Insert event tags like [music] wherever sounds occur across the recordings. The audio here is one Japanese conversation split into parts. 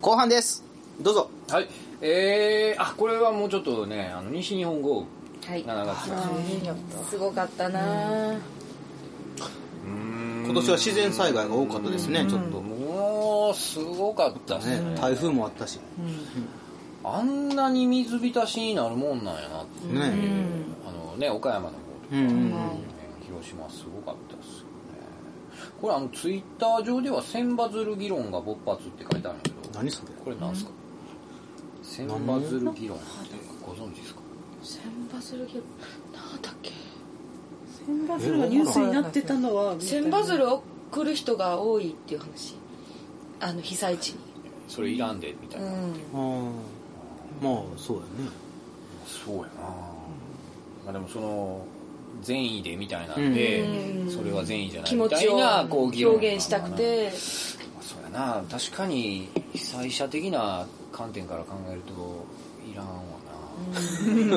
後半ですどうぞはいえー、あこれはもうちょっとねあの西日本豪は雨い7月すごかったなぁ今今年は自然災害が多かったですねちょっともうすごかったですねね台風もあったしあんなに水浸しになるもんなんやなってねあのね岡山の方うんうんうん広島すごかったですよねこれあのツイッター上では「千羽鶴議論が勃発」って書いてあるんだけど何それこれなんすか千羽鶴議論ってご存知ですか千羽鶴議論なんだっけ千羽鶴がニュースになってたのは千羽鶴を来る人が多いっていう話あの被災地にそれいらんでみたいうな、んあーまあそうやねそうやな、まあ、でもその善意でみたいなんで、うんそれは善意じゃない気み持たちいをなこう議論表現したくてまあそうやな確かに被災者的な観点から考えるといらんわな、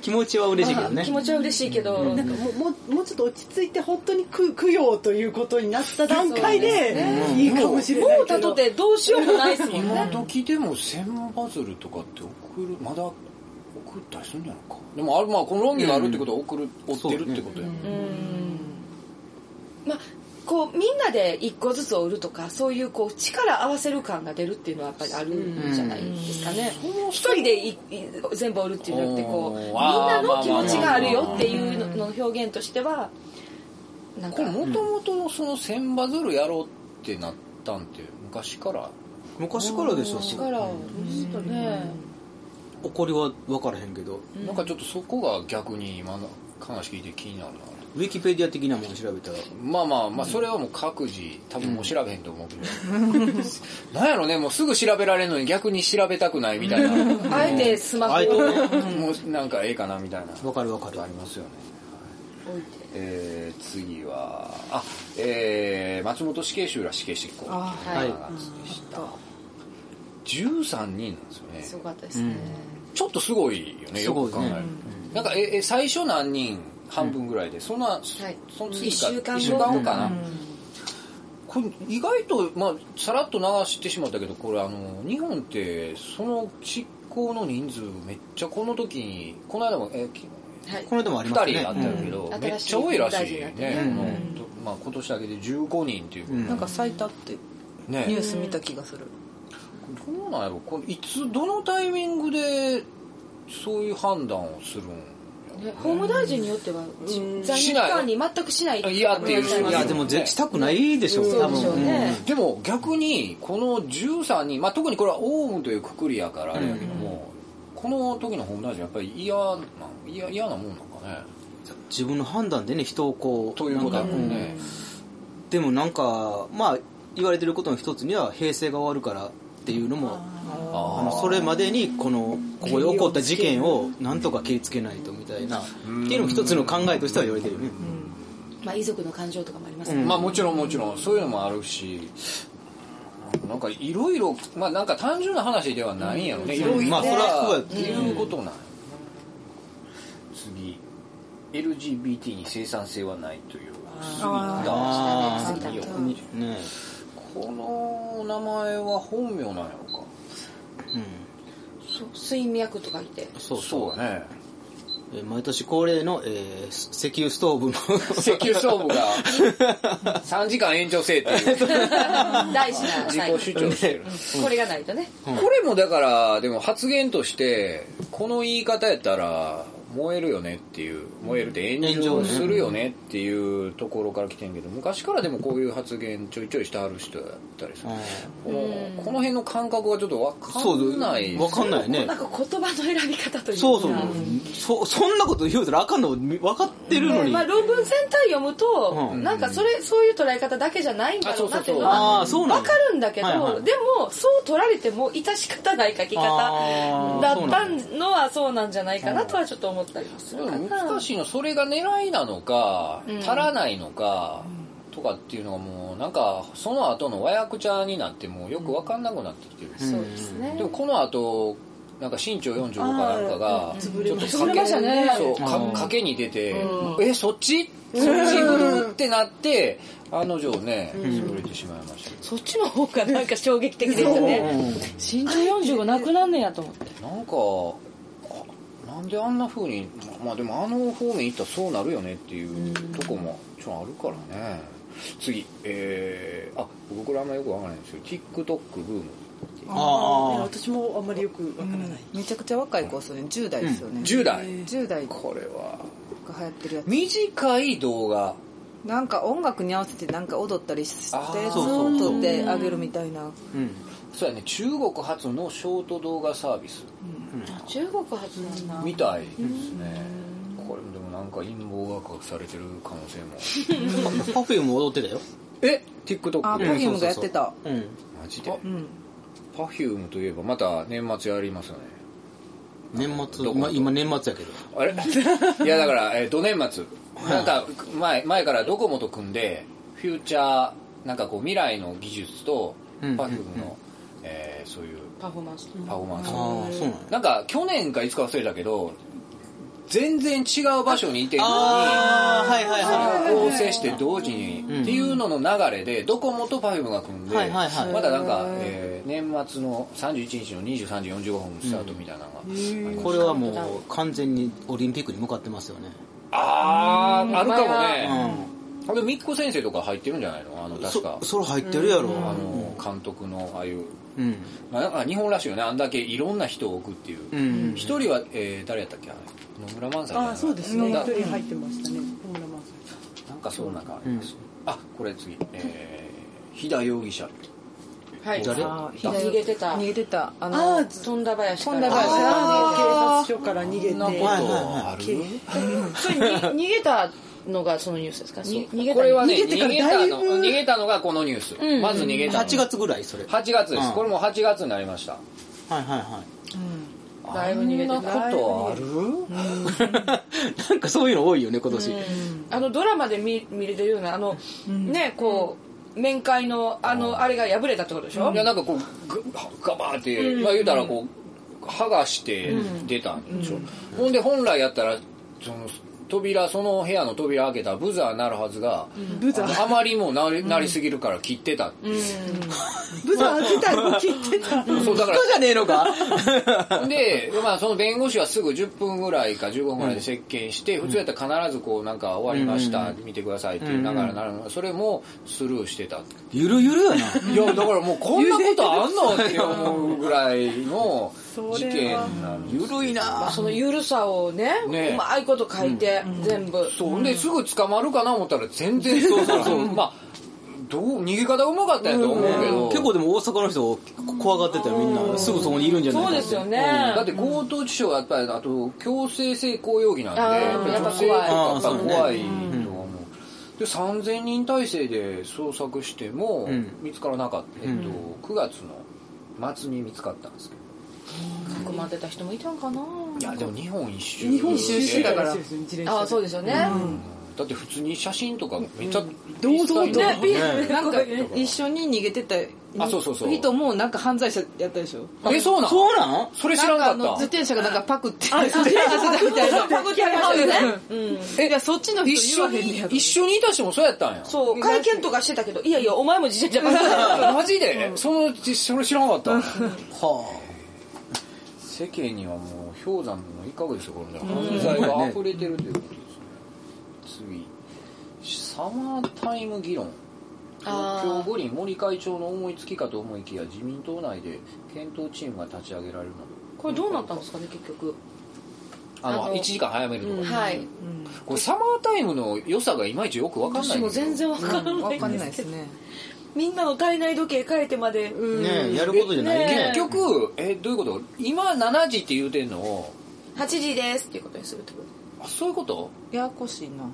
気持ちは嬉しいけどまあね気持ちは嬉しいけどなんかもうもうもうちょっと落ち着いて本当に供供養ということになった段階でいいかもしれないもうけたどとてどうしようもないですもん今ね時でも千バズルとかって送るまだ送ったりするんじゃないかでもあるまあこの論議があるってことは送る、追ってるってことや、うんまあこうみんなで一個ずつ折るとかそういうこう力合わせる感が出るっていうのはやっぱりあるんじゃないですかね一人でいい全部折るっていうのってこうみんおーなの気持ちがあるよっていうのの表現としてはなんこかれもともとのその千バズルやろうってなったんって昔から [laughs] 昔からでしょそう力をちょっとね怒りは分からへんけどなんかちょっとそこが逆に今の話聞いて気になるな。ウィキペディア的なもの調べたらまあまあまあ、それはもう各自、多分もう調べへんと思うけど。なんやろね、もうすぐ調べられるのに逆に調べたくないみたいな。あえてスマホをあえてねもうなんかええかなみたいな。分かる分かるありますよね。えー、次は、あ、えー、松本死刑囚ら死刑執行。あははいい長月でした。13人なんですよね。すごかったですねちょっとすごいよね、すよごいくね考えると。なんか、え、え最初何人半分ぐらいで、そんな、その次一週間後一かな。これ意外と、まあ、さらっと流してしまったけど、これあの、日本って、その執行の人数めっちゃこの時に、この間も、え、きはいこの間もあり二ま人すねあったけど、うんめっちゃ多いらしい新しい大臣になっね。てねこのとまあ、今年だけで15人っていうこうとで。んなんか最多ってニューね。ス見た気がする。どうなんやろこれいつ、どのタイミングで、そういう判断をするんね法務大臣によってはじ在任期間に全くしないいやっていう人いやでも絶したくないでしょそ多うでしょう分ねでも逆にこの13人、まあ、特にこれはオウムというくくりやからあれやけども、この時の法務大臣やっぱり嫌なん嫌嫌なもんなんかね自分の判断でね人をこうということだもんね、でもなんかまあ言われてることの一つには平成が終わるからっていうのもあのあそれまでにこのここで起こった事件をなんとか切りつけないとみたいなっていうのも一つの考えとしては言われてるよねまあ遺族の感情とかもありますあねまあもちろんもちろんそういうのもあるしなんかいろいろまあなんか単純な話ではないんやろねいろいろまあそれはっそてうやいうことなんや次 LGBT に生産性はないというあだあーいいよあねこの名前は本名なんやろかうんそう睡脈とかいてそうそうだねえー毎年恒例のえー石油ストーブ石の油ストーブが3時間延長制って [laughs] いう大事な自最後己主張してる。これがないとねこれもだから、でも発言として、この言い方やったら、燃えるよねっていう、燃えるって炎上するよねっていうところから来てんけど、昔からでもこういう発言ちょいちょいしてはる人やった [laughs] りする。このこの辺の感覚がちょっとわかんないわかんないねなんか言葉の選び方というかそうそうそそんなこと言うたらあかんの分かってるのねにまあ、論文全体読むと、うんなんかそれそういう捉え方だけじゃないんだろうなっていうのあはそうそうそうあーそうな分んやかるんだけど、はいはいでもそう取られても致し方ない書きあ方ーだっそうなたんのはそうなんじゃないかなとはちょっと思ったりもすでるもかな。難しいのそれが狙いなのかん足らないのか、とかっていうのがもうなんかその後の和訳茶になってもうよく分かんなくなってきてる、そうですねでもこの後なんか身長45かなんかがあーちょっ潰れとました賭け潰れましたねそうかうん賭けに出てうえそっちそっち行くってなって案の定ね潰れてしまいましたけそっちの方がなんか衝撃的でした [laughs] ね身長45なくなんねやと思ってどなんかあなんであんな風にままあでもあの方面行ったらそうなるよねっていうとこもちょっとあるからね次えー、あ僕これあんまよくわからないんですけど TikTok ブームねあ私もあんまりよくわからない。めちゃくちゃ若い子ですよね10代ですよね、 10代10代がこれは流行ってるやつ短い動画なんか音楽に合わせてなんか踊ったりしてあーずっそうそうと撮ってあげるみたいなあうんそうやね中国発のショート動画サービス中国発なんだみたいですねこれもでもなんか陰謀が隠されてる可能 [laughs] 性もパフューム踊ってたよえあ TikTok パでフうュんームがやってたうんマジでうん、 Perfume といえばまた年末やりますよね年末どこまあ今年末やけどあ [laughs] れいやだから、えー、ど年末なんか前前からドコモと組んでフューチャーなんかこう未来の技術とうん Perfume うんうんの、えーそういうパフォーマンスパフォーマンスをああそうなんやなんか去年かいつか忘れたけど全然違う場所にいてるのにああはいはいは合成して同時に、うんっていうのの流れでドコモと Perfume が組んで、はいはいはいまたなんか、えー年末の31日の23時45分スタートみたいなのが、いこれはもう完全にオリンピックに向かってますよねあーあるうかもんね、あれみっこ先生とか入ってるんじゃないのあの確かそそれ入ってるやろあの監督のああいう、うんまあ、なんか日本らしいよねあんだけいろんな人を置くっていううん一、人は、えー誰やったっけあれ野村萬斎じゃないああ、そうですね。だ一人入ってましたね。本田真なんかそうなんかあります、あこれ次えー、飛田容疑者はい誰あー逃げてた逃げてたあのああ、飛んだ林から富田林ああ、警察署から逃げて。そんなはいことあるそれに逃げたのがそのニュースですかに逃げたこれはね逃げ逃てげからだいぶたの逃げたのがこのニュース、んまず逃げたの8月ぐらいそれはい8月です、うんこれも8月になりましたはいはだいぶ逃げてあんなことあるいなんかそういうの多いよね今年あのドラマで見見れてるようなあの、ねこう面会のあのあれが破れたってことでしょ、いやなんかこうガガバーって、まあ言うたらこう剥がして出たんでしょ、ほんで本来やったらその扉その部屋の扉開けたらブザーなるはずが、ブザーあまりもなりなりすぎるから切ってたっていうブザー自体も切ってた。そうだから人じゃねえのかで、まあ、その弁護士はすぐ10分ぐらいか15分ぐらいで接見して、普通やったら必ずこう、なんか終わりました、見てくださいっていう流れになるのが、それもスルーしてた。 [laughs] ゆるゆるやないや、だからもうこんなことあんのって思うぐらい [laughs] のそ事れ件はなんでゆるいなそのゆるさをねねうまいこと書いて、全部そう、ほんですぐ捕まるかな思ったら全然そうそう [laughs] そう。まあ、どう、逃げ方うまかったんやと思うけど。結構でも大阪の人怖がってたよみんなすぐそこにいるんじゃないそかうってですよね、だって強盗致傷はやっぱりあと強制性交容疑なんであーやっぱり女性とかややっっぱぱ怖い怖いとは思うで3000人体制で捜索してもうん見つからなかった、えっうと、9月の末に見つかったんですけど囲まってた人もいたんかないやでも日本一周日本一一周してたから。自ああそうですよね、だって普通に写真とかめっちゃ堂々とねねなんか一緒に逃げてたあそうそうそう人もなんか犯罪者やったでしょえそうなんそうなんそれ知らななんかあのかっ自た転車がなんかパクってあ自転車パクってパクってやりましたよねえいやそっちの一人言緒わへんねにや一緒にいた人もそうやったんやそう会見とかしてたけどいやいやお前も自転車ばっかマジで、そのそれ知らなかったはあ世間にはもう氷山の一角ですよこれ犯罪が溢れてるということですね次サマータイム議論東京五輪森会長の思いつきかと思いきや自民党内で検討チームが立ち上げられるなどこれどうなったんですかね結局あのあの1時間早めるとか、はいこれサマータイムの良さがいまいちよく分かんない私んもだけど全然わからない、わかんないですねみんなの体内時計変えてまでうんねえやることじゃないね結局えどういうこと今7時って言うてんのを8時ですっていうことにするってこあそういうことややこしいな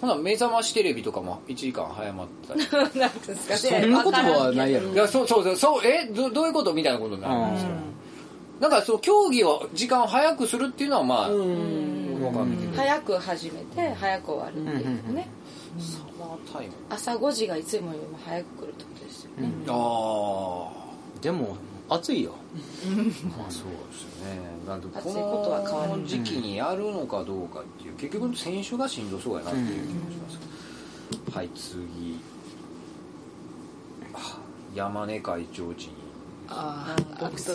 ほな、目覚ましテレビとかも1時間早まってたり。いとなんですかねそんなことはないやろや、そうそうそう、そう、えど、どういうことみたいなことになるんですよ。だから、そう、競技を、時間を早くするっていうのは、まあ、わかんないけど。早く始めて早く終わるっていうねサマータイム。朝5時がいつもよりも早く来るってことですよねあでも暑いよまあそうですねなんで暑いことは変わるこの時期にやるのかどうかっていう結局選手がしんどそうやなっていう気もします、はい次あ山根会長陣あ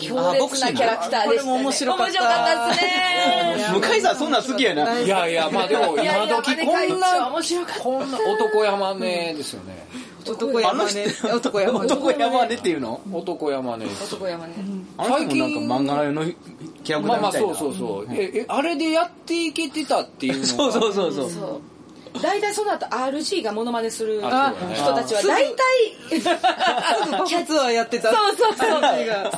強烈なキャラクターでしたね。これも面白かった面白かったですね。向井さんそんなん好きやないやいやまあでもいや今いや時山根こん会長なこんな男山根ですよね、男あの山人ね男山ね男山根っていうの男山根です男山ね。あの人もなんか漫画のキャラクターみたいなまあまあそうそうそう、ええあれでやっていけてたっていうのがそうそうそうそうそう。大体その後 RG がモノマネする人あたちは大体、キャツはやってたそうそうそう。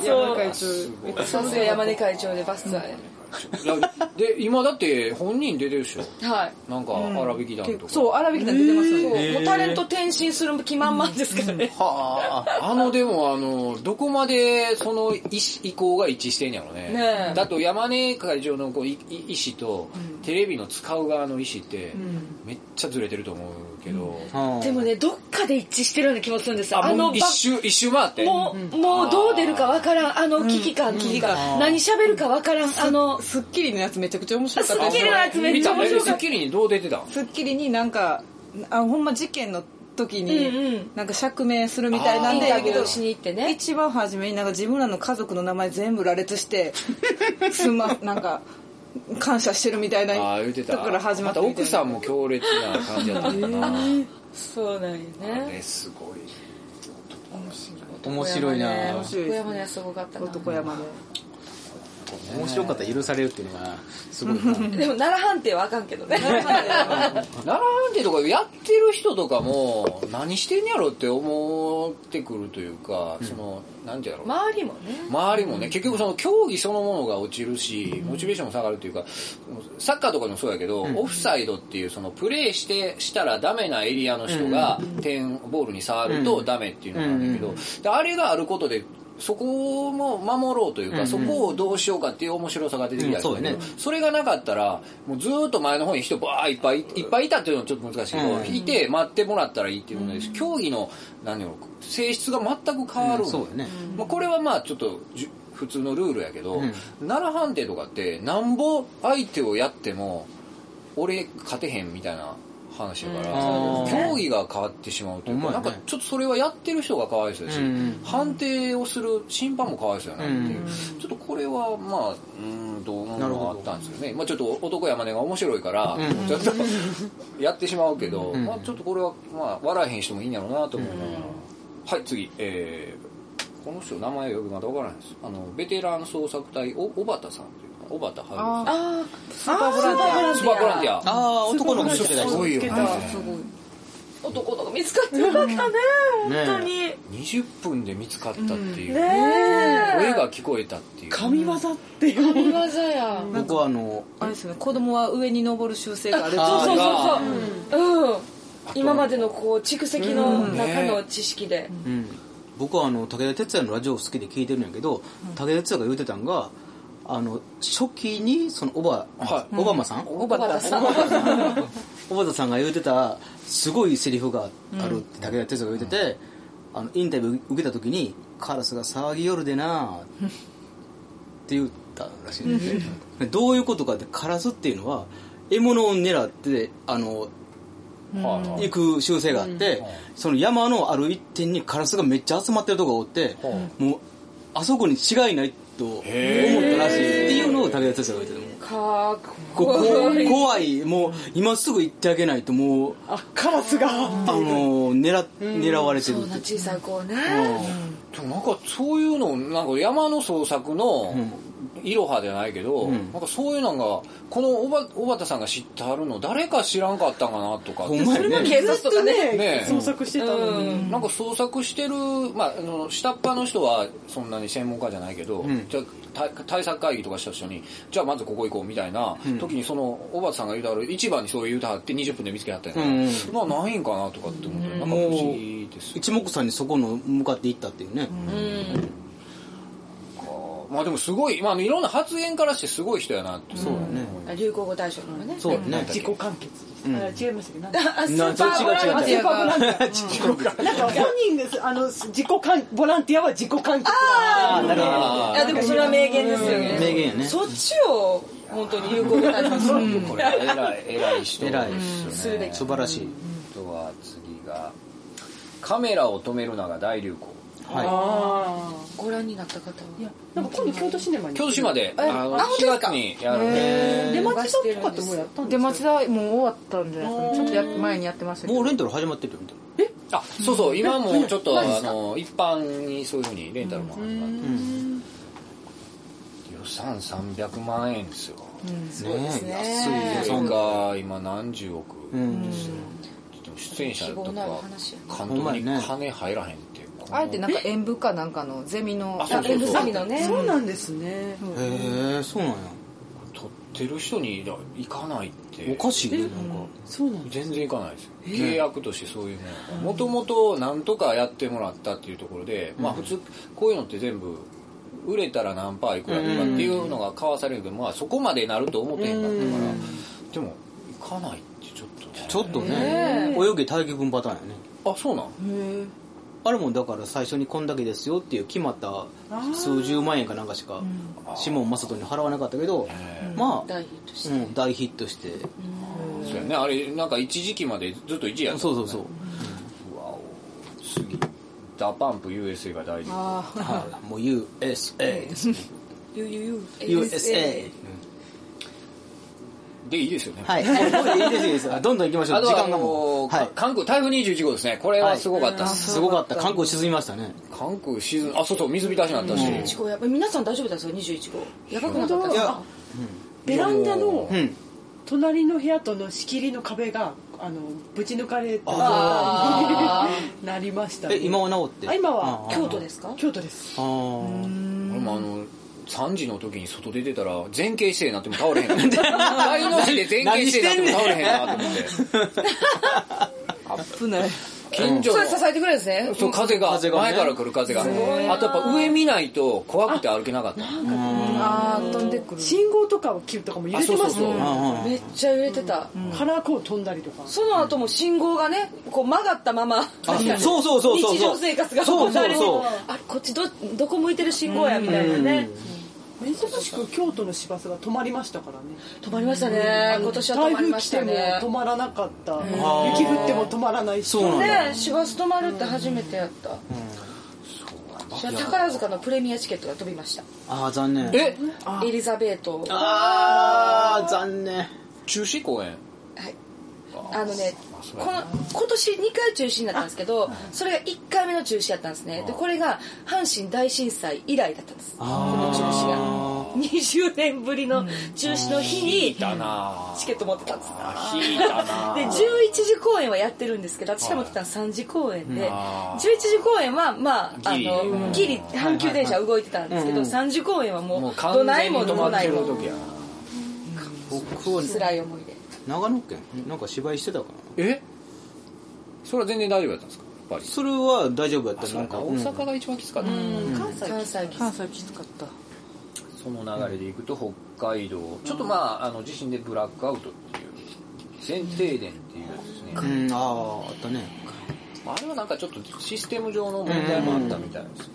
山会長さすが山根会長でバスツアーいやで今だって本人出てるでしょで。はい。なんか荒引き団とか、そう荒引き団出てますよねもうタレント転身する気満々ですからね。はあ、あのでもあの、どこまでその意思意向が一致してんやろね。ねえだと山根会場のこういい意思と、テレビの使う側の意思って、めっちゃずれてると思うけど、うんでもね、どっかで一致してるような気もするんですよ。ああものうば一周、一周回って。もう、もうどう出るかわからん。あの危機感、危機感。何喋るかわからん。あの、スッキリのやつめちゃくちゃ面白かスったッでキすリのやつめっちゃ面白スかっッキリにどう出てたんスッキリになんかあほんま事件の時うんうにんなんか釈明するみたいなんインでタビューしに行ってね。一番初めになんか自分らの家族の名前全部羅列してすんまなんか感謝してるみたいなああ、言うてた。とこから始ままってたみた奥いなさんも強烈な感じだったんだな。そうなんよあね。れすごい。面白いな面白小いです山根はすごかったな。男山も面白かったら許されるっていうのはすごいなでも奈良判定はあかんけどね。奈良判定とかやってる人とかも何してんやろって思ってくるというか、その何て言うやろう、周りもね。周りもね結局その競技そのものが落ちるしモチベーションも下がるというかサッカーとかでもそうやけど、オフサイドっていうそのプレーしてしたらダメなエリアの人が点ボールに触るとダメっていうのがあるんだけど、であれがあることでそこも守ろうというか、そこをどうしようかっていう面白さが出てきたりするけど、うんそうだねそれがなかったら、もうずーっと前の方に人ばーいっぱいいっぱいいたっていうのはちょっと難しいけど、うんいて待ってもらったらいいっていうので、競技の、何よ、性質が全く変わる、うんそうだねまあ、これはまあちょっとじゅ、普通のルールやけど、うん奈良判定とかって、なんぼ相手をやっても、俺勝てへんみたいな話やから、うん競技が変わってしまうというか、ほんまなやんねかちょっとそれはやってる人がかわいそうだし、うん判定をする審判もかわいそうやなっていう、うんちょっとこれはまあうーんどう思うなるのほがどあったんですよねまあちょっと男山根が面白いから、うんちょっとやってしまうけど、んまあちょっとこれはまあ笑えへん人もいいんやろうなと思いながら、はい次えー、この人名前呼びまだわからないですあのベテラン捜索隊お小畑さんというか小畑春さんあスーパーボランティスーパーボランティアああー男の子してたすごいよねあ、男の子見つかってよかったね。ね本当に。ね20分で見つかったっていう、え。声が聞こえたっていう神業っていう神業や。僕はあのアあれですよね子供は上に登る習性があるあそうがそうそう。うん。今までのこう蓄積の中の知識で。うん、僕はあの武田鉄矢のラジオを好きで聞いてるんやけど、武田鉄矢が言うてたんがあの初期にそのオバ,、はいオバマさん、小畑さん。小畑さんが言うてたすごいセリフがあるって武田鉄矢が言うてて、あのインタビュー受けた時に「カラスが騒ぎよるでな」って言ったらしいんですねでどういうことかってカラスっていうのは獲物を狙ってあのはいは行いく習性があって、その山のある一点にカラスがめっちゃ集まってるとこがおって、もうあそこに違いないと思ったらしいっていうのを武田鉄矢が言ってたもんかっこここいい。怖いもう今すぐ行ってあげないともうあカラスがの狙狙われてそるんなって小さい子ね。でもなんかそういうのなんか山の捜索のいろはじゃないけど、んなんかそういうのがこのおば小畑さんが知ってはるの誰か知らんかったんかなとかほんまやね警察とかね。ねね捜索してたのになんか捜索してる、まあ、あの下っ端の人はそんなに専門家じゃないけど、んじゃあ対対策会議とかした人にじゃあまずここ行こうみたいな時にその小畑さんが言うたら一番にそう言うたはって20分で見つけはったんやから、うんまあないんかなとかって思って、なんか不思議ですよね一目散にそこの向かって行ったっていうね、ままあでもすごい、まあ、いろんな発言からしてすごい人やなってそうだね。流行語大賞のねそうだね。自己完結です、あ違いましたっけどなんかあスなーそパうーボランティア違う違う違う。なんか本人ですあの自己完ボランティアは自己完結あーなるほど。いやでもそれは名言ですよね名言やね。そっちを本当に有効だと思う。これ偉い偉い人偉いですよね素晴らしい。あとは次がカメラを止めるなが大流行はご覧になった方は。いやなんか今度京都シネマに京都市まであのあ本4当です月かにやるんで出町さんとかってもうやったん出ですか町田もう終わったんじゃないですかねちょっとやっ前にやってましたい。けもうどレンタル始まってるよみたいな。あそうそう今もうちょっとあの一般にそういうふうにレンタルも始まって予算300万円ですよそうですね。安い予そ算れが。が今何十億うん。でも出演者とか希望のある話や監ほんま督やにね金入らへんっていうあえてなんか演舞かなんかのゼミのあそうそうエンドサミのね。そうなんですね、へえ、そうなんや。撮ってる人に行かないっておかしいね、なんか。そうなんです全然行かないですよ契約としてそういうものもともと何とかやってもらったっていうところで、まあ普通こういうのって全部売れたら何パーいくらとかっていうのが交わされるけど、まあそこまでなると思ってへんかったから、でも行かないってちょっとねちょっとね、泳げ大義軍パターンやね。あそうなんあれもだから最初にこんだけですよっていう決まった数十万円かなんかしか、シモン・マサトに払わなかったけど、まあ、大ヒットしうん、大ヒットして、そうやねあれなんか一時期までずっと1位やったそうそうそう。うわお次ダパンプ USA が大事はい、もう USA [laughs] ですね。た。ゆゆゆ。 USA。でいいですよねはい。もういいです、いいです。どんどん行きましょあう。と時は間あがものう。はい。韓国台風21号ですねこれはすごかったです、すごかった。韓国沈みましたね。韓国シーズンあそうそう水浸しになったし、 21号やばい皆さん大丈夫だったんですよ21号やばくなかったいや、ベランダのうん。隣の部屋との仕切りの壁があのぶち抜かれたあ [laughs] なりましたねえ、今は治ってあ今はあー京都ですか京都ですあー。俺もあの3時の時に外出てたら前傾姿勢になっても倒れへんな大の字で前傾姿勢になっても倒れへんなと思って危ない近所そのれ支えてくれるんですねそう風が風がね前から来る風があとやっぱ上見ないと怖くて歩けなかったあー飛んでくる信号とかを切るとかも揺あれそてうそまうすそう、ねあめっちゃ揺れてたカラーコーン飛んだりとかその後も信号がねこう曲がったままあそうそうそうそうそう日常生活がそうそうそう行われてあこっちどどこ向いてる信号やみたいなね珍しく京都の市バスが止まりましたからね止まりましたね今年は止台まり風ま来してたもね止まらなかったー雪降っても止まらないしそうなんだ。ね市バス止まるって初めてやった私は宝塚のプレミアチケットが飛びましたあー、残念。えエリザベートはあー、残念。中止公演いあのねあそうこやの今年2回中止になったんですけどそれが1回目の中止やったんですねでこれが阪神大震災以来だったんですこの中止が20年ぶりの中止の日にだなぁチケット持ってたんですあ引いたなでぁ11時公演はやってるんですけど私が持ってたの3時公演であ11ー時公演はまああギリうのんギリ阪急電車は動いてたんですけど3時公演はももううど完ない全にも止どまっなているも時やな僕は辛い思い出長野県なんか芝居してたかな。えそれは全然大丈夫だったんですかやっぱりそれは大丈夫やったそうなんかか。大うん阪が一番きつかったな関西関西きつかったその流れでいくと北海道、ちょっとまああの地震でブラックアウトっていう全停電っていうやつですね、うん、あー、あったね。まああれはなんかちょっとシステム上の問題もあったみたいです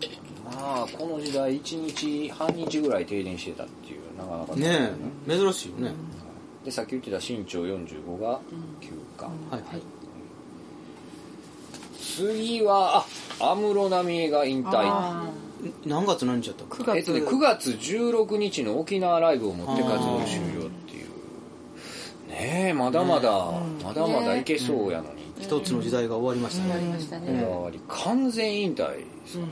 けど、まあこの時代1日半日ぐらい停電してたっていうなかなかですねえ、珍しいよね。でさっき言ってた身長45が休暇、はいはい。次はあ安室奈美恵が引退何月何日やったっけえっとね、9月16日の沖縄ライブをもって活動終了っていうねえまだまだ、まだまだいけそうやのに、一つの時代が終わりましたね。こだわり完全引退ですよね、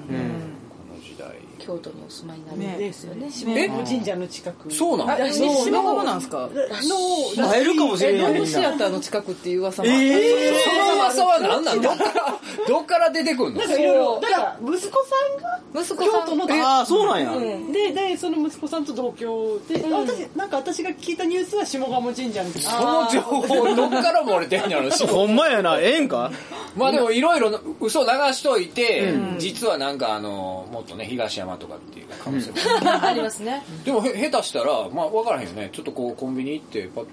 この時代京都にお住まいになるんですよねえ神社の近くそうなの島鴨なんですかの会えるかもしれえなロいーみムんシアな。ターの近くっていう噂もあったえーその噂は何なのどっから [laughs] どっから出てくんのなんかいろいろだから息子さんが息子さん京都のああそうなんや、ででその息子さんと同居で、私なんか私が聞いたニュースは下鴨神社みたいなその情報どっから漏れてんやろ [laughs] しほんまやなええんかまあでもいろいろ嘘流しといて、実はなんかあのもっとね東山とかっていう可能性も、ありますね。でもへ下手したらまあ分からへんよねちょっとこうコンビニ行ってパッ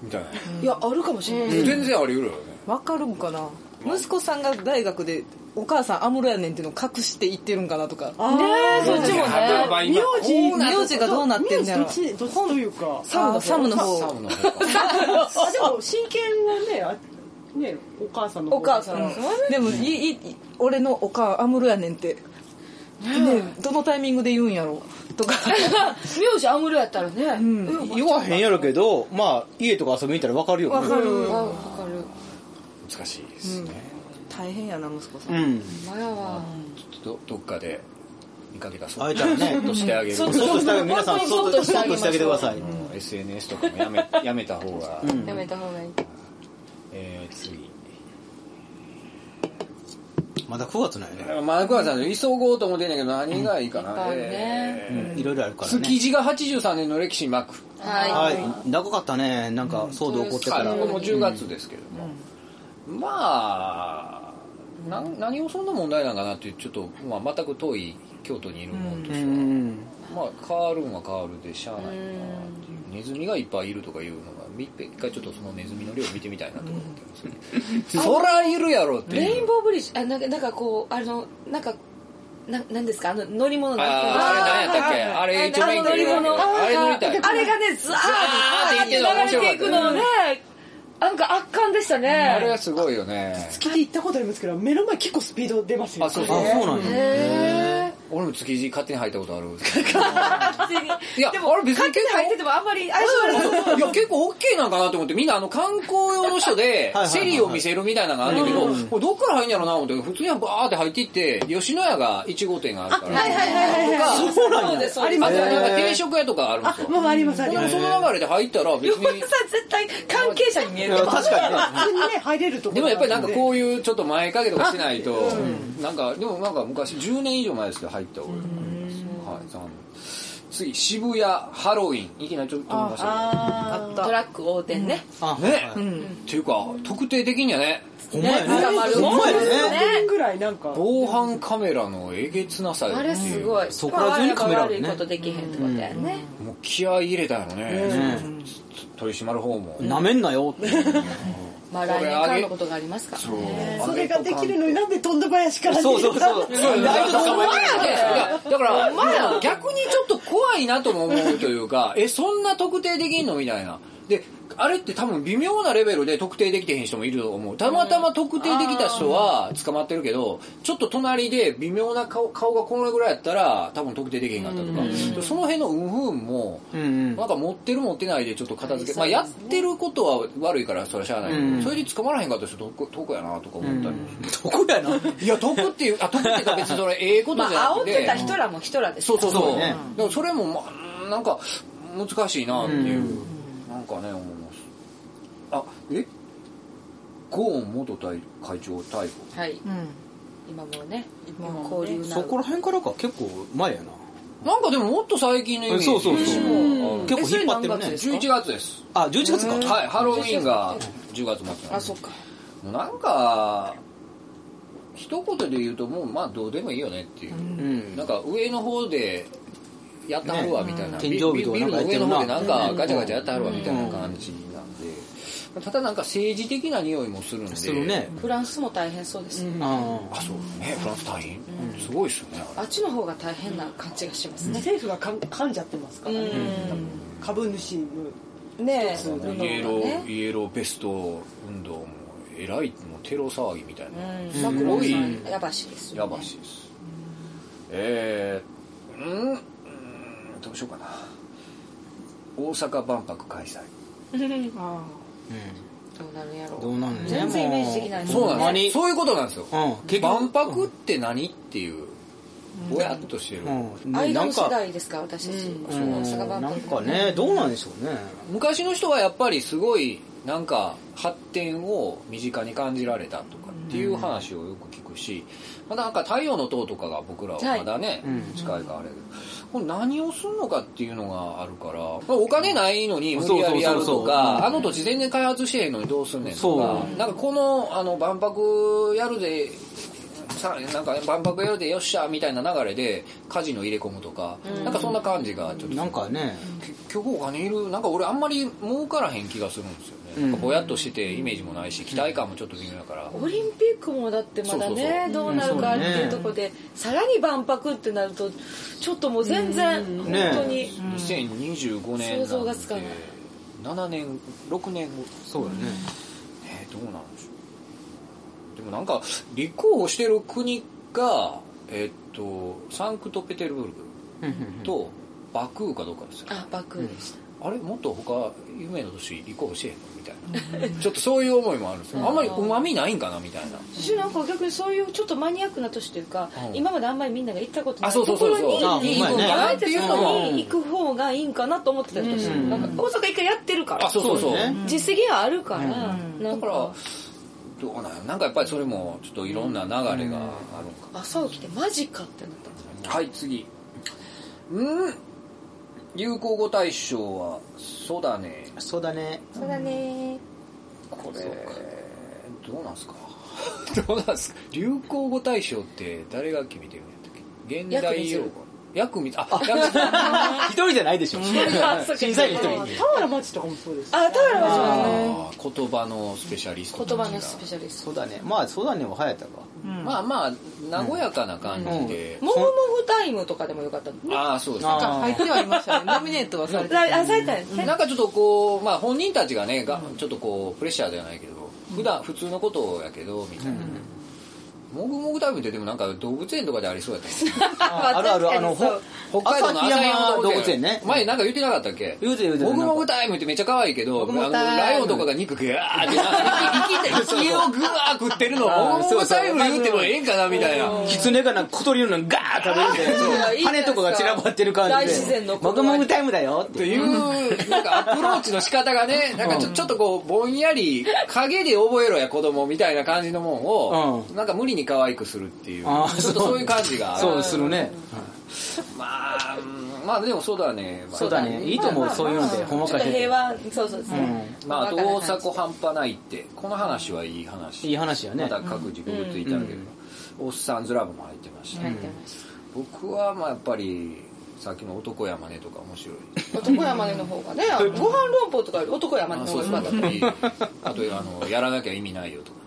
みたいな、いやあるかもしれない、全然あり得るよねわかるんかな息子さんが大学でお母さんアムロやねんっていうのを隠して言ってるんかなとかあーそっちもだからね。まあ今名字こうな名字がどうなってんねやろ名字どっちどっちというかサムのサムのサ方ウナとかあでも親権はねあねお母さんの方お母さんのでもいいい俺のお母アムロやねんって、ねえ、どのタイミングで言うんやろとか名字アムロやったらね。うん。言わへんやろけどまあ家とか遊びに行ったら分かるよわかる、わかる。難しいですね、大変やな息子さん、うんマヤは。ちょっとどどっかで見かけたらそ会っえたらねとしてあげる、そっとしてあげ皆さんそっとそっとしてあげてくださいもう SNS とかもや [laughs] めやめた方が、やめた方がいい。えー、次まだ9月なんやねマークワさん急ごうと思ってんねんけど何がいいかな、いっぱいねえいろいろあるかーら築ね地が83年の歴史に幕ははい長かったねなんか騒動起こってはかいらもう10月ですけども、まあな何をそんな問題なんかなっていうちょっと、まあ、全く遠い京都にいるもんとうしては、んまあ変わるんは変わるでしゃあないなっていうネズミがいっぱいいるとかいうのがみ一回ちょっとそのネズミの量見てみたいなと思ってますね [laughs] そらいるやろっい。てレいインうボーブリッジ、あ、なんか、なんかこう、あの、なんか、ななんですかあの乗り物のあーあれ何やったっけあれ一応免許あの乗り物あれ乗りたいあれがねずーーっってて言って流れていくのをねなんか圧巻でしたあれねはすごいよね聞いて行ったことありますけど目の前結構スピード出ますよあそうあそうなんやへ俺も築地勝手に入ったことあるえいやでもあれ別に勝手に入っててもあんまり相性悪くないいや結構 OK なんかなと思ってみんなあの観光用の人ではいはいはいはいセリを見せるみたいなのがあんだけどこれどっから入んやろうな思って普通にバーって入っていって吉野家が1号店があるからそうなんやありあまとすなんか定食屋とかあるんですよ。まあありますあでりもますその流れで入ったら別両方さんに。絶対関係者に見えいるや確かにね普通にね入れ [laughs] るとこでもやっぱりなんかこうういうちょっと前掛けとかしないと、なんか、でもなんか昔10年以上前ですけど入った覚えがあります。はい、残念次、渋谷ハロウィン。いきなりちょっと飛びましたあトラック横転ねあけど。ね、っていうか、特定できんやね。ほんまやね捕まるほんまやね100人ぐらいなんか防犯カメラのえげつなさよあってれいすう。ごいそこら中にカメラあ悪るいねことできへんってことやねもう気合い入れたよね。取り締まる方も。なめんなよってまあ来年からのことがありますからそうねそれができるのになんで富田林からそうそうそ [laughs] ういや捕まえいやだから、逆にちょっと怖いなとも思うというか、 [laughs] え、そんな特定できんのみたいな。で、あれって多分微妙なレベルで特定できてへん人もいると思う。たまたま特定できた人は捕まってるけど、ちょっと隣で微妙な顔顔がこのぐらいやったら、多分特定できへんかったとか、その辺のうんふんも、うんうんなんか持ってる持ってないでちょっと片付け、まあやってることは悪いからそれはしゃあないけど、うんそれで捕まらへんかった人どこ、どこやなとか思ったりもするどこやないや、得っていう、あ、得っていうか別にそれええことじゃなまあ煽く。っててた人らも人らですそうそうそそうう。ねだからそれも、まあ、なんか、難しいなっていう、なんかね、思います。あ、えゴーン元大会長逮捕。はい今もうね交流なそこら辺からか結構前やななんかでももっと最近のイメージ。そうそうそううん結構引っ張ってるね11月です。あ11月かはい、ハロウィーンが10月末なんであそっかもうなんか、一言で言うともう、まあどうでもいいよねっていう。うんなんか上の方でやってはるわみたいな、ねうんビ天井人がビルのなんかやってるな上の方でなんかガチャガチャやってはるわみたいな感じなんで、ただなんか政治的な匂いもするんで、そのねフランスも大変そうですああそうねフランス大変、すごいですよねああっちの方が大変な感じがしますね政府がかん噛んじゃってますからね株主のねえれイエローイエローベスト運動もえらいもうテロ騒ぎみたいな、すマクロごンいさんやばしですやよばねしいです、えーうんうんどうしようかな大阪万博開催どうなるんやろどうなんね全然イメージできないですそうなんほんまですによそういうことなんですよ、うん結局万博って何っていうぼやっとしてる、うんアイドなルん世か代ですか私たちう大ん阪万なんか博ねどうなんでしょうね昔の人はやっぱりすごいなんか発展を身近に感じられたとかっっていう話をよく聞くし、まだなんか太陽の塔とかが僕らはまだね、近いからあれやけど、これ何をするのかっていうのがあるから、まあお金ないのに無理やりやるそうそうそうそとうか、あの土地全然開発してへんのにどうすんねんとかそ、なんかこの、あの、万博やるで、さなんか万博やるでよっしゃみたいな流れでカジノ入れ込むとか、なんかそんな感じがちょっとなんかね、結局お金いるなんか俺あんまり儲からへん気がするんですようね、んなんかぼやっとしててイメージもないし期待感もちょっと微妙だから、オリンピックもだってまだねどうなるかっていうところで、さらに万博ってなるとちょっともう全然本ね当に、 2025年なん想て像がつかない7年6年後そうだね。えーどうなんでしょうでもなんか立候補してる国がえっとサンクトペテルブルクうんうんうんとバクーかどうかですよあ万博でした、あれもっと他有名な年立候補してへんのみたいなちょっとそういう思いもあるんですよあんまりうまみないんかなみたいな私なんか逆にそういうちょっとマニアックな年というか、うん今まであんまりみんなが行ったことなあいそとうそうこそうろそうにあほんまやねあえてそこうんに行く方がいいんかなと思ってたりとかして、うんなんか大阪一回やってるからあそうそうそうだね実績はあるから、なだんかからどうなんやろなんかやっぱりそれもちょっといろんな流れがあるんかな、朝起きてマジかってなったはい次うん流行語大賞はそうだねそうだ [laughs] ね。そうだねこれどうなんすか [laughs] どうなんすか流行語大賞って誰が決めてるんやったっけ現代用語薬味あ [laughs] あ一人じゃないでしょ。審査員一人。田原町とかもそうですあ田原はあー言葉のスペシャリスト言葉のスペシャリストそうだね。まあ、そうだねは流行ったか。まあまあ和やかな感じで、モフモフタイムとかでもよかったのねああそうですねあ入ってはいましたねノミネートはされてあ最短ですねなんかちょっとこう、まあ本人たちがね、がちょっとこう、プレッシャーではないけど、普段普通のことやけど、みたいな。もぐもぐタイムってでもなんか動物園とかでありそうやったよね [laughs] ああるある、あの、ほ [laughs] 北海道の旭旭山山動物園ね。前なんか言ってなかったっけ言うてる言うてるもぐもぐタイムってめっちゃ可愛いけど、もあぐもの、ぐタイムライオンとかが肉ぐわーってなんか、 [laughs] 生きてる、月をぐわー食ってるの、あーもぐもぐタイム言うてもええんかな、みたいな。キツネがなんか小鳥のようにガーッ食べるいいじゃないんでで、すか羽とかが散らばってる感じで。大自然のもぐもぐタイムだよっとて。いう、なんかアプローチの仕方がね、なんかちょちょっとこう、ぼんやり、影で覚えろや子供みたいな感じのもんを、うなんか無理に可愛くするっていう、ちょあっーとそういう感じがある。そうするね。まあ、うんまあでもそうだね。まあそうだね。いいと思う、そういうので。ほんまちょかっとして平て。和そうそうそう、まあ、大阪半端ないって、この話はいい話。いい話やねまた各自ググっていただければ。おっさんずラブも入ってました。僕はまあやっぱり、さっきの男山根とか面白い。男山根の方がねあのご飯論法とかより男山根あのそ方うがで良すかったねね。あと、あの、やらなきゃ意味ないよとかね。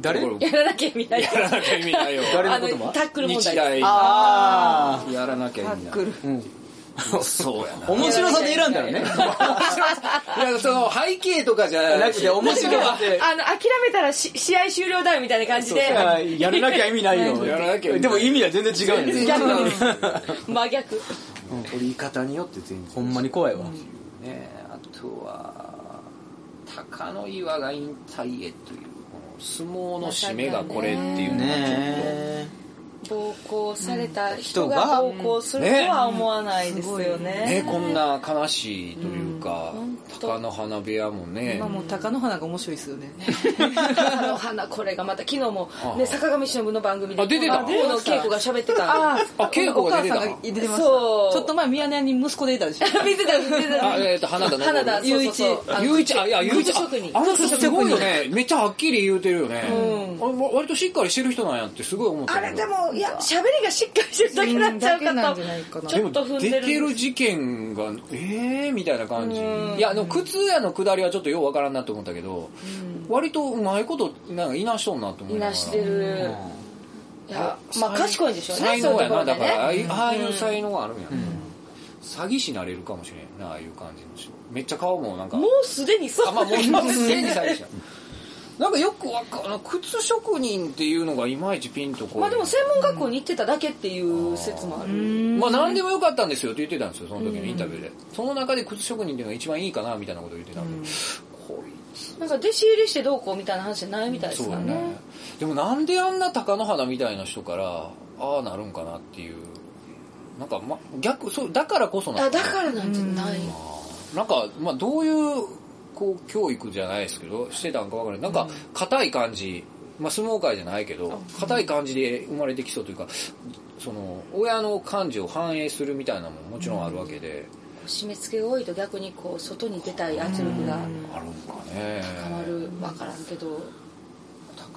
誰これやらなきゃみたいやらなきゃ意味ないよ。誰なあの言の葉タックル問日題大。あやらなきゃ意味ない。そうやな。あ。面白さで選んだよね。いや、その、背景とかじゃななくくてて、面白 [laughs] って。あの諦めたらし試合終了だよみたいな感じでやらなきゃ意味ないよ。やらなきゃ意味ないでも意味は全然違うんです逆に真逆取り方によって全ほ然。んまに怖いわ。ねあとは、高野岩が引退へという、この相撲の締めがこれっていうのがちょっね暴行された人人がが暴行するとは思わないですよと、ね、ねこんな悲しいというか、当高野花部屋もね、今もう貴乃花が面白いですよねあの花これがまた昨日もね坂上忍の番組であ出てた河野恵子が喋ってたあ、稽古おが母出てさんたが。出てましたちそうょっと前ミヤネ屋に息子でいたでしょ見てた見あ、てたえっと、花田の。花田ゆういち。そうそうそうあのゆういち、あ、いや、ゆういち。靴職人ああの人すごいよね。めっちゃはっきり言うてるよね。あれわ割としっかりしてる人なんやってすごい思ったあけど。れでもいや喋りがしっかりしてるだけなんちゃううんだけなんじゃないかかとなちょっと踏んで出てるる事件が、ええー、みたいな感じ。いや、でも、靴屋の下りはちょっとようわからんなと思ったけど、割とうまいこと、なんか、いなしとんなと思いいながら。なしてるいやまあ賢いんでしょうね才能やな、そういうとだこかろでねら、ああいうああいう才能があるんやな、詐欺師になれるかもしれんな、ああいう感じの人。めっちゃ顔もなんか。もうすでにそあ、うまあ、もうすでに詐欺師やなんかよくわかんない靴職人っていうのがいまいちピンとこう。まあでも専門学校に行ってただけっていう説もあるまあ何でもよかったんですよって言ってたんですよ、その時のインタビューで。その中で靴職人っていうのが一番いいかな、みたいなことを言ってたんで。こいつ。なんか弟子入りしてどうこうみたいな話じゃないみたいですそうかだらねね。でもなんであんな貴乃花みたいな人から、ああなるんかなっていう。なんか、ま、逆、そう、だからこそなあんでだすよからなんじゃないなんか、まあ、どういう、こう、教育じゃないですけど、してたんかわからない。なんか、硬い感じ。まあ、相撲界じゃないけど硬い感じで生まれてきそうというかその親の感じを反映するみたいなのももちろんあるわけで、締め付けが多いと逆にこう外に出たい圧力があるんかね高まるわからんけど、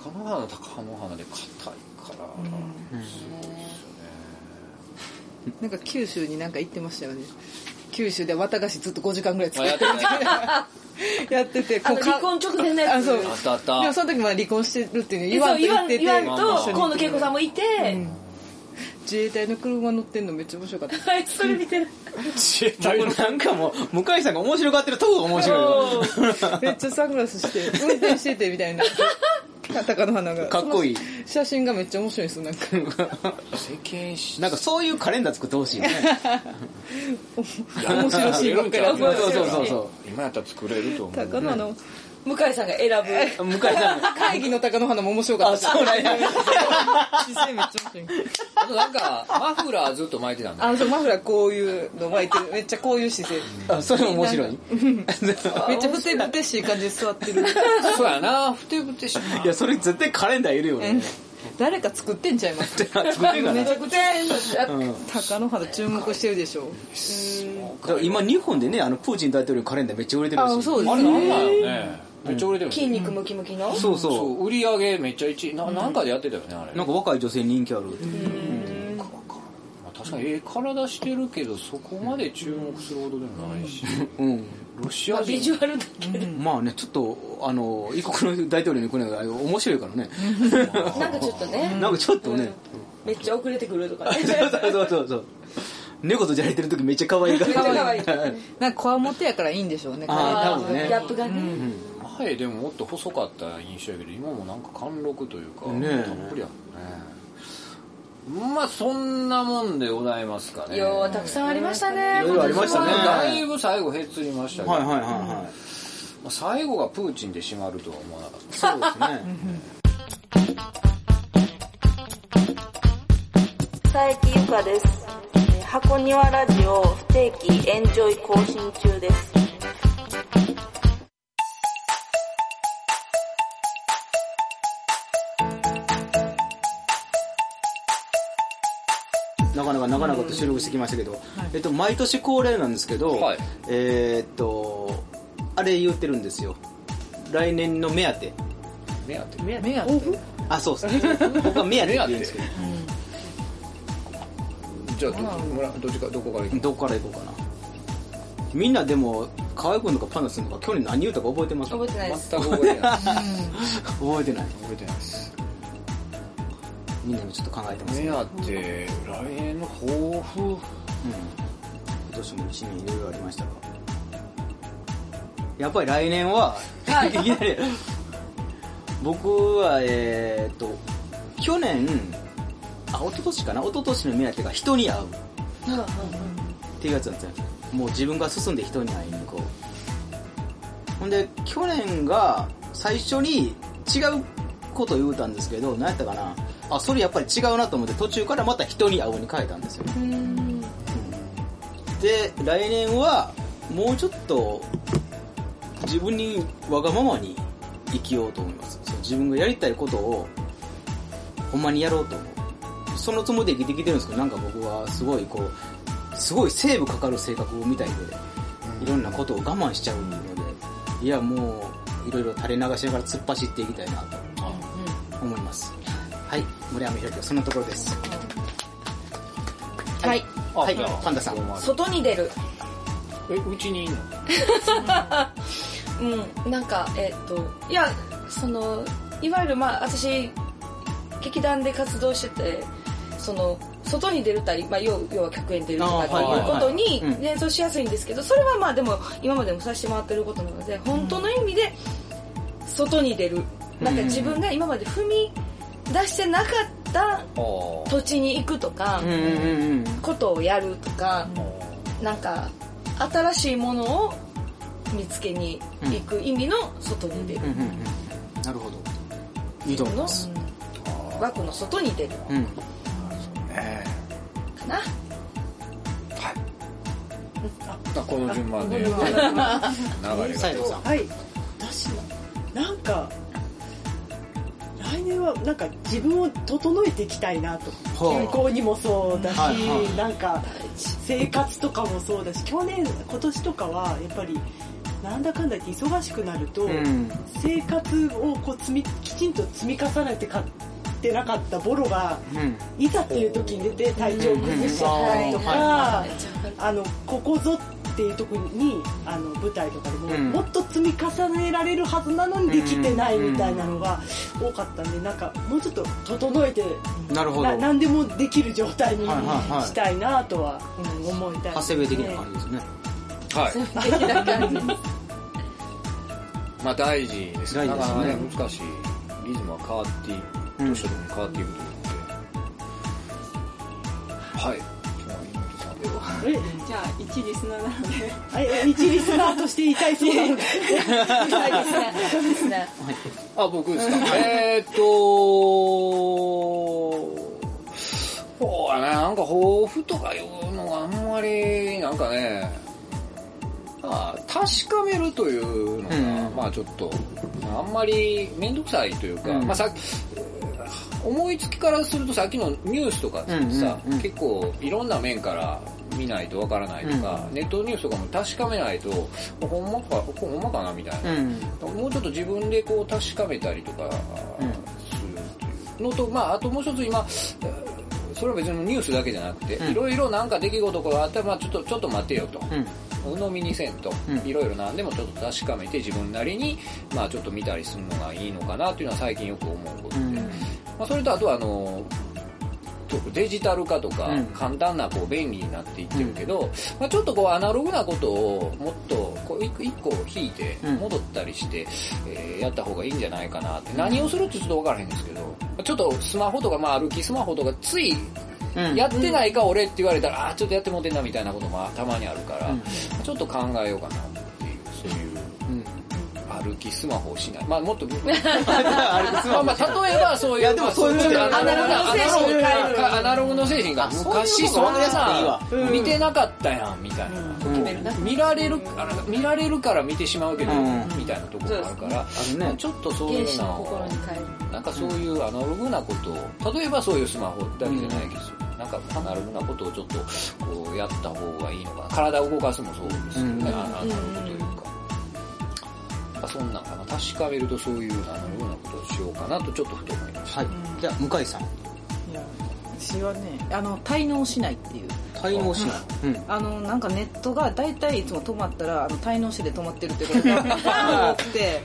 高野花は高野花で硬いから、なんか九州になんか行ってましたよね九州で綿菓子ずっと5時間ぐらい使あっやってたねやっててあこうのか離婚直前のやあつそうあったあったでもその時まだ離婚してるっていうの言言わわんんと言って言わんてと河野恵子さんもいて、自衛隊の車乗ってんのめっちゃ面白かったはいそれ見てるこれなんかもう、向井さんが面白がってるとこが面白いよ。めっちゃサングラスして運転しててみたいな高野花がかっこいいその写真がめっちゃ面白いんですよなんか世間史なんかそういうカレンダー作ってほしいよね。面白しいばっかりやってそまうすそうそうそうそ今やったら作れると思う高野花向井さんが選ぶう。向井さんが、 [laughs] 会議の高野花も面白かあ、ったそうなんや。姿勢めっちゃ面白いあとなんかマフラーずっと巻いてたんだよあそうマフラーこういうの巻いてるめっちゃこういう姿勢あ、それも面白い。めっちゃふてぶてしい感じで座ってるそうやなふてぶてしないや、それ絶対カレンダーいるよね。誰か作ってんちゃいます作ってるかめなち。ゃくちゃうん高野花注目してるでしょだから今日本でね、あの、プーチン大統領のカレンダーめっちゃ売れてるらしい。あそうですあれなんなんやろねめっちゃ売れてる筋肉ムキムキの、そうそそう売り上げめっちゃ一ななんかでやってたよねあれう。なんか若い女性に人気あるって。まあ確かにええ体してるけどそこまで注目するほどでもないしうん。ロシアビジ人ュアルだけ、まあね、ちょっと、あの、異国の大統領の国が面白いからね。なんかちょっとね、なんかちょっとね。めっちゃ遅れてくるとかねそうそうそうそうそう。猫とじゃれてる時めっちゃ可愛いかめっちゃ可ら。愛いなんかこわもてやからいいんでしょうねあー多分ねギャップがね、前でももっと細かった印象やけど今もなんか貫禄というか、ねえたっぷりやもんねまあそんなもんでございますかねようたくさんありましたねいろいろありましたねまあだいぶ最後へつりましたけど、はいはいはいはい。まあ最後がプーチンで締まるとは思わなかったそうですね。佐伯ゆかです。えー箱庭ラジオ不定期エンジョイ更新中です。なかなかなかなかと収録してきましたけど、えっと、毎年恒例なんですけど、はいえーっと、あれ言ってるんですよ。来年の目当て。目当て目目当てあ、そうですね。僕は目当てって言うんですけじゃあど村どっちかどこから行くど、どこから行こうかな。みんなでも、河合くんとかパンダさんとか去年何言ったか覚えてます覚えてないです全く覚えてないです覚えてない。覚えてないですみんなもちょっと考えてます目ね。当て来年の抱負うん。今年も一年いろいろありましたが。やっぱり来年は、 [laughs] い、きなり、僕は、えーっと、去年、あ、一昨年かな一昨年の目当てが人に会う。っていうやつなんですよもう自分が進んで人に会いに行こうほんで去年が最初に違うことを言うたんですけど何やったかなあそれやっぱり違うなと思って途中からまた人に会うに変えたんですようんで来年はもうちょっと自分にわがままに生きようと思いますそう自分がやりたいことをほんまにやろうと思うそのつもりで生きてきてるんですけどなんか僕はすごいこうすごいセーブかかる性格みたいで、いろんなことを我慢しちゃうので、いやもう、いろいろ垂れ流しながら突っ走っていきたいなと思います。はい、森山ひろきはそんなところです。はいはいじゃあ、パンダさん。外に出るえうちにいんの [laughs] うん、なんか、えっと、いや、その、いわゆる、まあ、私、劇団で活動してて、その、外に出るたり、まあ、要要は客演出るとかあってーはいいうことはいにはいうん連想しやすいんですけど、それはまあ、でも、今までもさせてもらってることなので、本当の意味で、外に出る。なんか自分が今まで踏み出してなかったあー土地に行くとか、うんうんうん。ことをやるとか、なんか新しいものを見つけに行く意味の外に出るうん、うんうん。なるほど。いいと思います。枠の外に出るうん。かなあこの順番で流れ最が後さん。はい。私なんか、来年はなんか自分を整えていきたいなと健康にもそうだし、はいはいなんか生活とかもそうだし去年今年とかはやっぱりなんだかんだ言って忙しくなると、ん生活をこう積みきちんと積み重ねて買ってなかったボロがうんいざっていう時に出て体調崩しちゃったりとうんうんか、あのここぞっていうとこにあの舞台とかでも、うんもっと積み重ねられるはずなのにできてないみたいなのが多かったんでなんかもうちょっと整えてなるほどな何でもできる状態にはいはいはいしたいなとは、うん思いたい長谷部的な感じですねはい。まあ大事です大事ね。なでかすなねかね、難しい。リズムは変わっていく、年とともに変わっていくということで。はい。じゃあ、井上さんえじゃあ一リスナーなのであえ一リスナーとして言いたいそうなのであ、僕で [laughs] すか。えーっと、そうだね、なんか抱負とかいうのがあんまり、なんかね、まあ、確かめるというのが、うんまあちょっと、あんまり面倒くさいというか、うんまあさ思いつきからするとさっきのニュースとかさ、うんうんうん結構いろんな面から見ないとわからないとか、ネットニュースとかも確かめないと、ほんまか、ほんまかなみたいうな。んもうちょっと自分でこう確かめたりとかうんするというのと、まあ、あともう一つ今、えーそれは別にニュースだけじゃなくて、うんいろいろなんか出来事があったら、まあ、ちょっと、ちょっと待てよと。うん鵜呑みにせんとう、んいろいろなんでもちょっと確かめて自分なりに、まあちょっと見たりするのがいいのかなというのは最近よく思うことで、うんまあそれとあとはあの、ちょっとデジタル化とかうん簡単なこう便利になっていってるけど、まあちょっとこうアナログなことをもっとこう一個一個引いてうん戻ったりして、えーやった方がいいんじゃないかなって、何をするってちょっとわからへんですけど、まあちょっとスマホとかまあ歩きスマホとかついうんやってないか俺って言われたら、ああーちょっとやってもうてんなみたいなこともたまにあるから、うんちょっと考えようかなっていう、そういううん歩きスマホをしない。まあも [laughs] っと、あれですまあまあ例えばそういう、いやでもまあそういうことちょっとアアナナロロググななアナログな精神かアあナログの精神がそうい昔うことそんなさわ、見てなかったやんみたいな。見られるあの見られるから見てしまうけど、うんみたいなところがあるから、あのねまあちょっとそういうのをなんかそういうアナログなことを、例えばそういうスマホだけじゃないけど、なんかアナログなことをちょっとこうやった方がいいのかな。体を動かすもそうですよね、うんアナログというか。なんかそんなんかな。確かめるとそういうアナログなことをしようかなとちょっとふと思いました。はいじゃあ向井さんいや私はねあの滞納しないっていう滞納しないうんあのなんかネットが大体いつも止まったらあの滞納してで止まってるってことが多く [laughs] て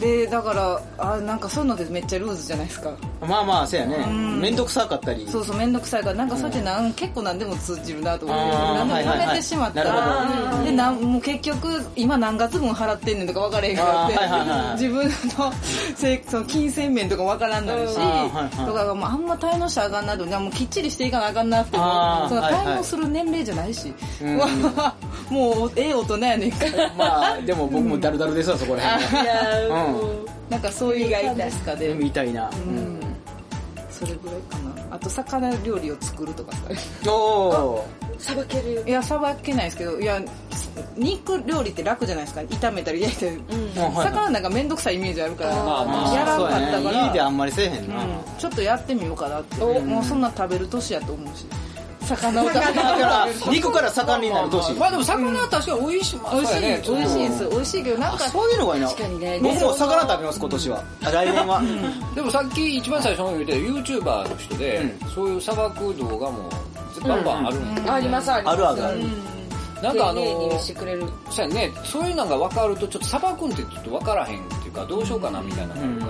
でだからあなんかそういうのってめっちゃルーズじゃないですかうんまあまあそうやねん面倒くさかったりそうそう面倒くさいからなんかそうやってなん、結構何でも通じるなと思ってあー何でもはいはい貯はめいてしまったなるらでなんもう結局今何月分払ってんねんとか分からへんくなって、あーはいはいはい [laughs] 自分のせその金銭面とかも分からんなるし、あーはいはいとかがもうあんま滞納したらあかんなとでももうきっちりしていかなあかんなってあーそのはいはい滞納する年齢じゃないし、うんもうええ大人やねんからまあでも僕もダルダルですわそこら辺 [laughs] はなんかそういう感じですかうんねみたいなうんそれぐらいかなあと魚料理を作るとかおさおさばけるいや、さばけないですけど、いや、肉料理って楽じゃないですか。炒めたり焼いたり。魚なんかめんどくさいイメージあるから、まあまあやらんそうかやったねから、家であんまりせえへんなうんちょっとやってみようかなって。もうそんな食べる年やと思うし。魚を食べ [laughs] だから肉から魚になる年まあでも魚は確かに美味しい。まあ美味そしうい、やねちょっ美と味しいです。美味しいけど、なんか、そういうのがいいなね僕も魚食べます今年はあ来年はでもさっき一番最初の言うて YouTuber の人で、うそういう砂漠動画もバンバンあるんで、ありますありますあるあるあるなんかあの丁寧にしてくれるそうやね、そういうのが分かると、ちょっと砂漠ってちょっと分からへんっていうか、どうしようかなみたいなのがあるか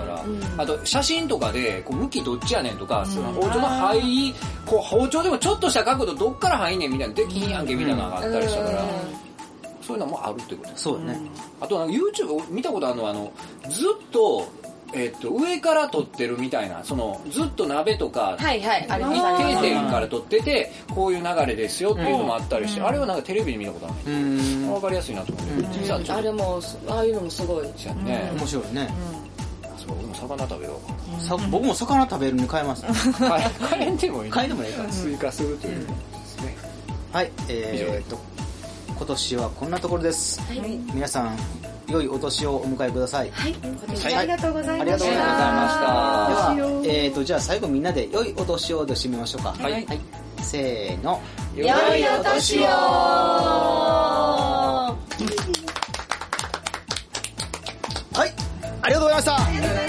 ら、あと写真とかで、こう向きどっちやねんとか、その包丁の入り、こう包丁でもちょっとした角度どっから入んねんみたいな、できひんやんけみたいなのがあったりしたから、そういうのもあるってことです。そうだねあとなんか YouTube 見たことあるのは、あの、ずっと、えっと、上から撮ってるみたいな、その、ずっと鍋とか、はいはいありますあ一定ります点から撮ってて、こういう流れですよっていうのもあったりして、あれはなんかテレビで見たことある。うん分かりやすいなと思って、実はちょっあとれもああいうのもすごいじゃんね、面白いねそう俺も魚食べよ [laughs] さ僕も魚食べるに変えますうかなカレンでもいい変えてもいいから追加するというですね、はいえーっと今年はこんなところです皆さん良いお年をお迎えください。はい、今年もありがとうござあいまりがとしうた。ございまあした。では、えっ、と、じゃあ最後みんなで良いお年をで締めましょうか。はい。はい、せーの。良いお年はい、ありがとうございました。